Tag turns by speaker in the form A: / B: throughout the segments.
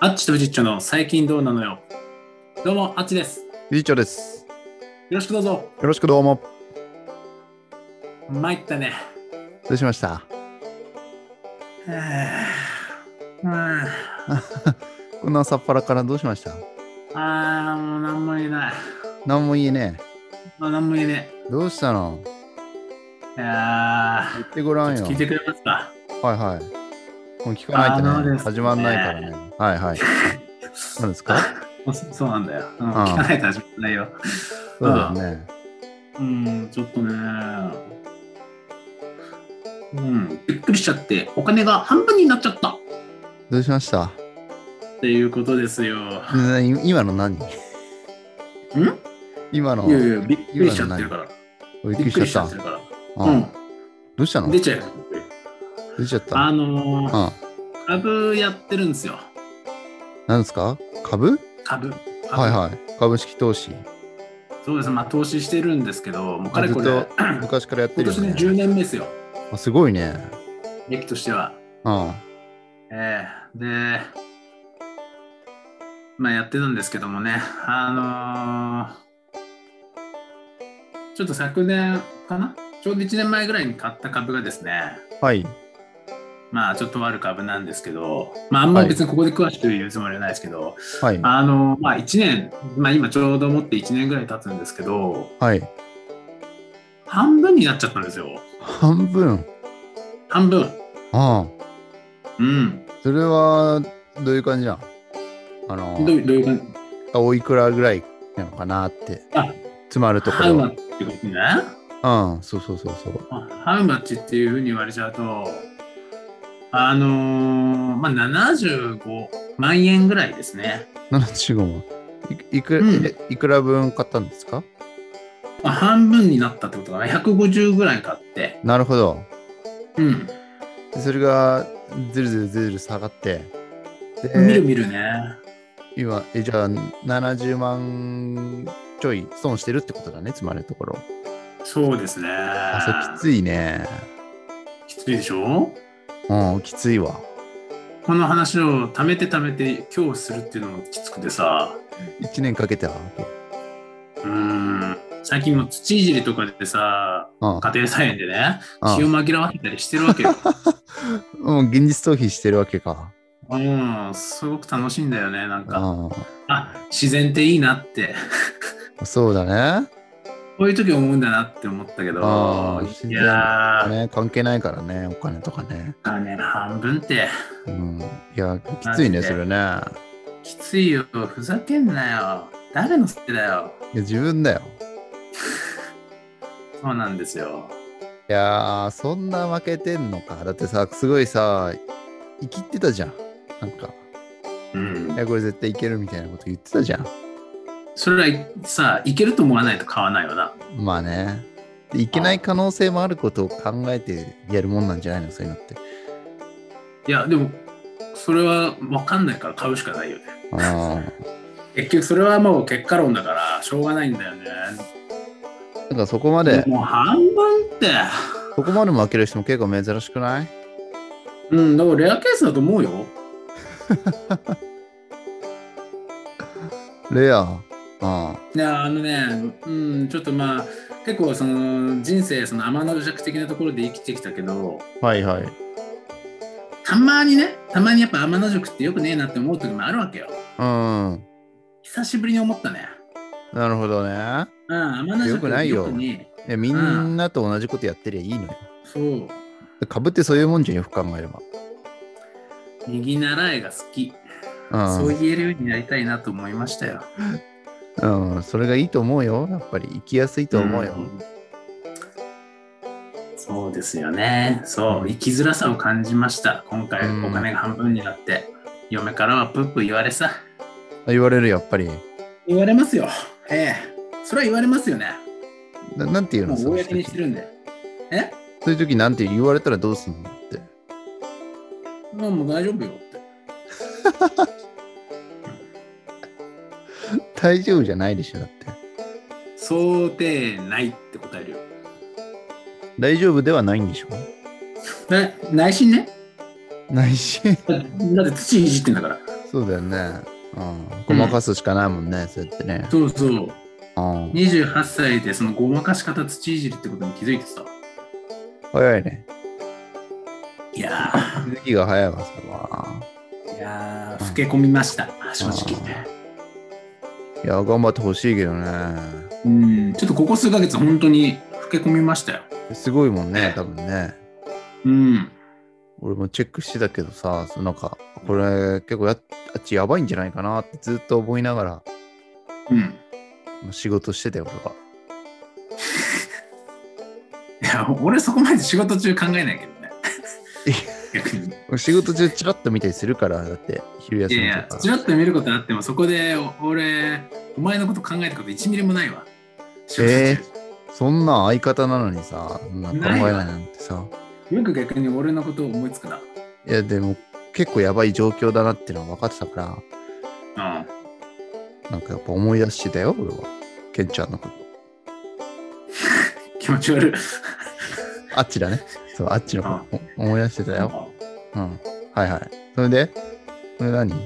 A: あっちとフジッチョの最近どうなのよ。どうも、あっちです。よ
B: 理事長です。
A: ろしくどうぞ。
B: よろしくどうも。
A: 参ったね。
B: どうしました
A: はぁうん。
B: こんな朝っぱらからどうしました
A: あー、もう何も言えない。
B: 何も言えね
A: もう何も言えね
B: え。どうしたの
A: え。いや
B: 言ってごら
A: ー、
B: ん
A: ちょっ
B: よ。は
A: と聞い
B: い
A: てくれますか
B: はい。もう聞かない
A: あの
B: と
A: で
B: ね、
A: すね
B: 始まんないからね。はいはい。何ですか
A: もうそそうなんだよ。うん、
B: ん
A: 聞かないと始まらないよ。
B: そうだよね。
A: うん、ちょっとね。うん、びっくりしちゃって、お金が半分になっちゃった
B: どうしました
A: っていうことですよ。
B: ねい今の何ん今の
A: いやいや、びっくりしちゃってるから。
B: び
A: び
B: っく
A: っ
B: り
A: くり
B: し
A: し
B: ち
A: ちゃ
B: ゃ
A: っ
B: ってた
A: る。か
B: う
A: ら。
B: んどうした
A: う
B: の
A: ん、
B: 出
A: 出ちゃう。
B: ちゃった。
A: あのー、
B: うん。
A: 株やってるんですよ。
B: 何ですか株
A: 株。株
B: はいはい。株式投資。
A: そうです。まあ投資してるんですけど、もうかれこれ、
B: ず
A: 今
B: っと昔からやってるよ
A: 年で
B: ね。
A: 10年目ですよ。
B: あすごいね。
A: 歴としては。
B: うん。
A: ええで、まあやってたんですけどもね、あのーちょっと昨年かなちょうど1年前ぐらいに買った株がですね、
B: はい。
A: まあちょっとある株なんですけど、まああんまり別にここで詳しく言うつもりはないですけど、
B: はい。
A: あのまあ1年、まあ今ちょうど持って1年ぐらい経つんですけど、
B: はい。
A: 半分になっちゃったんですよ。
B: 半分。
A: 半分。
B: あ
A: うん。
B: あ、それはどういう感じなのあの
A: どういうどういう感
B: おいくらぐらいなのかなって
A: あ
B: 詰まる
A: じ
B: とこ
A: ハウマ
B: ろ
A: ッチってことね。
B: うんそうそうそうそう
A: あハウマッチっていうふうに言われちゃうと、あのーまあ、75万円ぐらいですね。
B: 75万いいく,、
A: うん
B: えいくら分買ったんですか
A: まあ、半分になったってことかな。150ぐらい買って。
B: なるほど
A: うん。
B: でそれがずるずるずるずる下がって
A: 見る
B: で
A: 見るね。
B: 今えじゃあ70万ちょい損してるってことだね詰まるところ
A: そうですね。
B: あそれきついね
A: きついでしょ
B: うんきついわ
A: この話を貯めて貯めて今日するっていうのもきつくてさ。
B: 1年かけては
A: うーん最近も土いじりとかでさ
B: うん
A: 家庭菜園でね
B: うん
A: 気を紛らわせたりしてるわ けよ。
B: うん現実逃避してるわけか
A: うんすごく楽しいんだよねなんか
B: うん
A: あ自然っていいなって
B: そうだね。
A: こういう時思うんだなって思ったけど
B: あー自然
A: いやー
B: ね関係ないからね、お金とかね。
A: あのね半分って
B: うん、いや、きつい
A: マジで
B: ね、それね。いや
A: きついよふざけんなよ誰のせいだよ
B: 自分だよ。
A: そうなんですよ
B: いやー、そんな負けてんのか。だってさ、すごいさ、生きってたじゃん。なんか、
A: うん
B: いや、これ絶対いけるみたいなこと言ってたじゃん。
A: それはさいけると思わないと買わないよな
B: まあね。でいけない可能性もあることを考えてやるもんなんじゃないのそういうのって。
A: いやでもそれは分かんないから買うしかないよね
B: あ
A: 結局それはもう結果論だからしょうがないんだよね。
B: あ。なんかそこまで、
A: もう半分って。
B: そこまで負ける人も結構珍しくない
A: うん、だからレアケースだと思うよ。
B: レア。うん。
A: いや、あのね、うん、ちょっとまあ、結構その人生、その天の弱的なところで生きてきたけど、
B: はいはい。
A: たまにね、たまにやっぱ天の弱ってよくねえなって思う時もあるわけよ。
B: うん。
A: 久しぶりに思ったね。
B: なるほどね。
A: うん、天の
B: よ
A: 弱
B: くないよ
A: くねえ
B: いやみんなと同じことやってりゃいいのよ。
A: そう、
B: 株ってそういうもんじゃんよく考えれば。
A: 右習いが好き、
B: うん、
A: そう言えるようになりたいなと思いましたよ。
B: うん、それがいいと思うよ。やっぱり生きやすいと思うよ。
A: んそうですよね。そう、生きづらさを感じました。今回、
B: うん
A: お金が半分になって、嫁からはプップ言われさ。
B: 言われるよやっぱり。
A: 言われますよ。ええ。それは言われますよね。
B: ななんて言う
A: も
B: の
A: う
B: そういう
A: 公にして
B: 時
A: るんで。え
B: そういう時なんて言われたらどうすんのって。
A: もうもう大丈夫よって。
B: 大丈夫じゃないでしょだって。
A: 想定内って答えるよ。
B: 大丈夫ではないんでしょ
A: ね内心ね。
B: ないし。
A: だだって土いじってんだから。
B: そうだよね。うん。ごまかすしかないもんね、そうやってね。
A: そうそう。
B: うん。
A: 28歳でそのごまかし方土いじりってことに気づいてさ。
B: 早いね。
A: いやー、
B: 気づきが早いわ、それは。
A: いやー、老け込みました、正直。
B: いや、頑張ってほしいけどね。
A: うん、ちょっとここ数ヶ月、本当に老け込みましたよ。
B: すごいもんね、多分ね。
A: うん。
B: 俺もチェックしてたけどさ、そのなんか、これ結構やあっちやばいんじゃないかなってずっと思いながら
A: うん。い
B: 仕事してたよ、俺は。
A: や、俺そこまで仕事中考えないけど ね。逆に。
B: 俺仕事中チラッと見たりするから、だって昼
A: い
B: 休
A: やい
B: み
A: や、
B: と
A: ち
B: から
A: っと見ることあっても、そこでお俺、お前のこと考えたこと1ミリもないわ。仕事中
B: えそんな相方なのにさ、そんな考えないなんてさ。
A: よく逆に俺のことを思いつくな。
B: いや、でも結構やばい状況だなってのは分かってたか
A: うん。
B: ら、なんかやっぱ思い出してたよ、俺は。ケンちゃんのこと。
A: 気持ち悪い。
B: あっちだね。そう、あっちのこと。お思い出してたよ。うん。はいはい。それでそれ何
A: う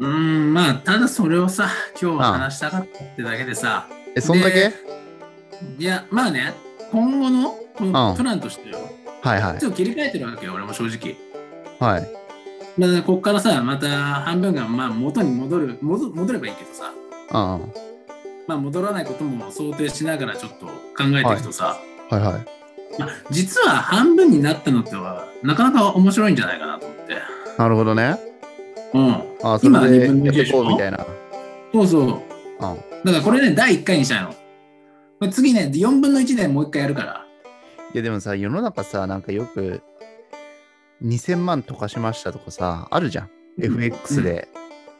A: ーん、まあ、ただそれをさ、今日は話したかったってだけでさ、
B: え、そんだけ
A: でいや、まあね、今後のこ
B: うん
A: のプランとしてよ、
B: はいはい
A: ち。ょっと切り替えてるわけよ、俺も正直。
B: はい。
A: まあ、こっからさ、また半分がまあ元に戻る戻、戻ればいいけどさ、
B: うんうん。
A: まあ、戻らないことも想定しながらちょっと考えていくとさ、
B: はいはい。
A: まあ、実は半分になったのっては、なかなか面白いんじゃないかなと思って。
B: なるほどね。
A: うん。
B: あそ
A: 今
B: れで
A: 二分の一
B: やっ
A: で
B: てい
A: しょ
B: こうみたいな。
A: そうそう。
B: うん。
A: だからこれね、第1回にしたいの。これ次ね、4分の1でもう1回やるから。
B: いやでもさ、世の中さ、なんかよく2000万溶かしましたとかさ、あるじゃん。FX で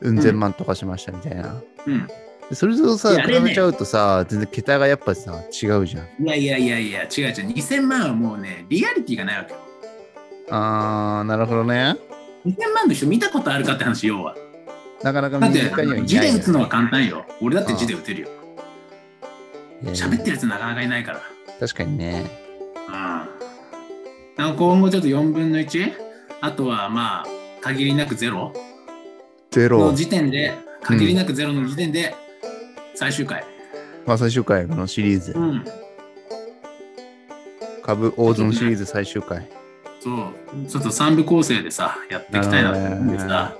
B: うん千万溶かしましたみたいな。
A: うん。
B: でそれとさ、
A: いやあれ
B: 比
A: ね
B: べちゃうとさ、全然桁がやっぱさ、違うじゃん。
A: いやいやいやいや、違う違う。2000万はもうね、リアリティがないわけよ。
B: あー、なるほどね。
A: 2000万の人見たことあるかって話、要は。
B: なかなか
A: だっ
B: 身
A: て
B: 近にはいない、、
A: 字で打つのは簡単よ。俺だって字で打てるよ。
B: いやいや
A: 喋ってるやつなかなかいないから。
B: 確かにね。
A: うん。今後ちょっと4分の 1? あとはまあ、限りなくゼロ
B: ゼロ
A: の。時点で、限りなくゼロの時点で、最終回。
B: まあ最終回のシリーズ。
A: うん。
B: 株大相撲シリーズ最 終回。
A: そう、ちょっと3部構成でさ、やっていきたいなと思うんで
B: なる
A: さ、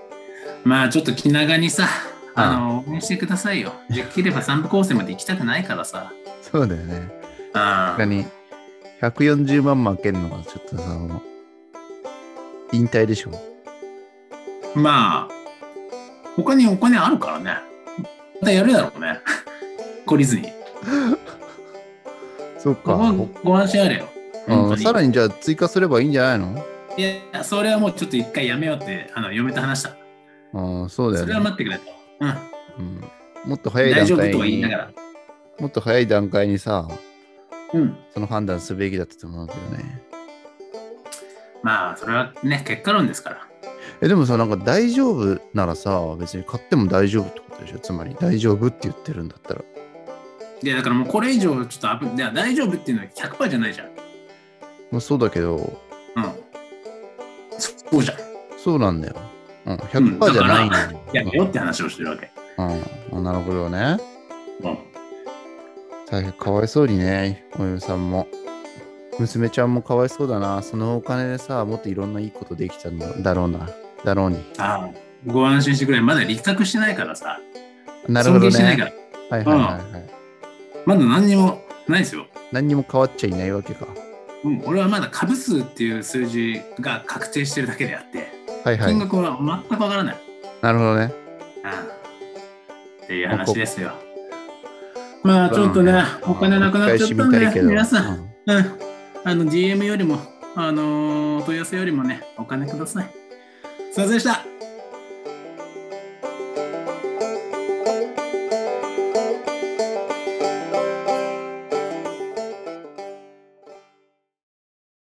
A: まあちょっと気長にさ、あの、応援してくださいよ。できれば3部構成まで行きたくないからさ。
B: そうだよね。確
A: う
B: か
A: ん。
B: に140万負けるのがちょっとさもう引退でしょ
A: まあ、他にお金あるからね。またやるだろうね。 懲りずに。
B: そうか、
A: ごご安心あれよ。本
B: う
A: 当
B: んさら
A: に。
B: にじゃあ追加すればいいんじゃないの
A: いや、それはもうちょっと一回やめようって、あの、嫁と話した。
B: うんそうだ
A: そ
B: よ
A: れ
B: ね
A: は待ってくれと。うん。
B: うん、もっと早い
A: 大丈
B: 段
A: 夫
B: 階
A: とは言い
B: に
A: ながら。
B: もっと早い段階にさ
A: うん。
B: その判断すべきだったと思うけどね
A: まあ、それはね、結果論ですから。
B: えでもさなんか大丈夫ならさ別に買っても大丈夫ってことでしょつまり大丈夫って言ってるんだったら
A: でだからもうこれ以上ちょっと危いや大丈夫っていうのは100%じゃないじゃん。
B: まあそうだけど
A: うん。そそうじゃん。
B: そうなんだよ、うん、
A: うんだか
B: 100%
A: ら
B: じゃないんだよ、
A: やめよって話をしてるわけ。
B: うんうん、なるほどね
A: うん。
B: 大変かわいそうにね、お嫁さんも。娘ちゃんもかわいそうだな。そのお金でさ、もっといろんないいことできたんだろうな。だろうに。
A: ああ。ご安心してくれ。まだ立確してないからさ。
B: なるほど
A: 尊敬してないか
B: ね。
A: ら。
B: はいはいはい、はい
A: まだ何にもないですよ。
B: 何にも変わっちゃいないわけか。
A: うん。俺はまだ株数っていう数字が確定してるだけであって、
B: はいはい
A: 金。額は全くわからない。
B: なるほどね。
A: うん。っていう話ですよ。まあちょっとね、お金なくなっちゃったん
B: お返しみたい
A: で、
B: けど
A: 皆さん。
B: うん
A: うん、あの DM よりも、あのーお問い合わせよりもね、お金ください。すいませんでした。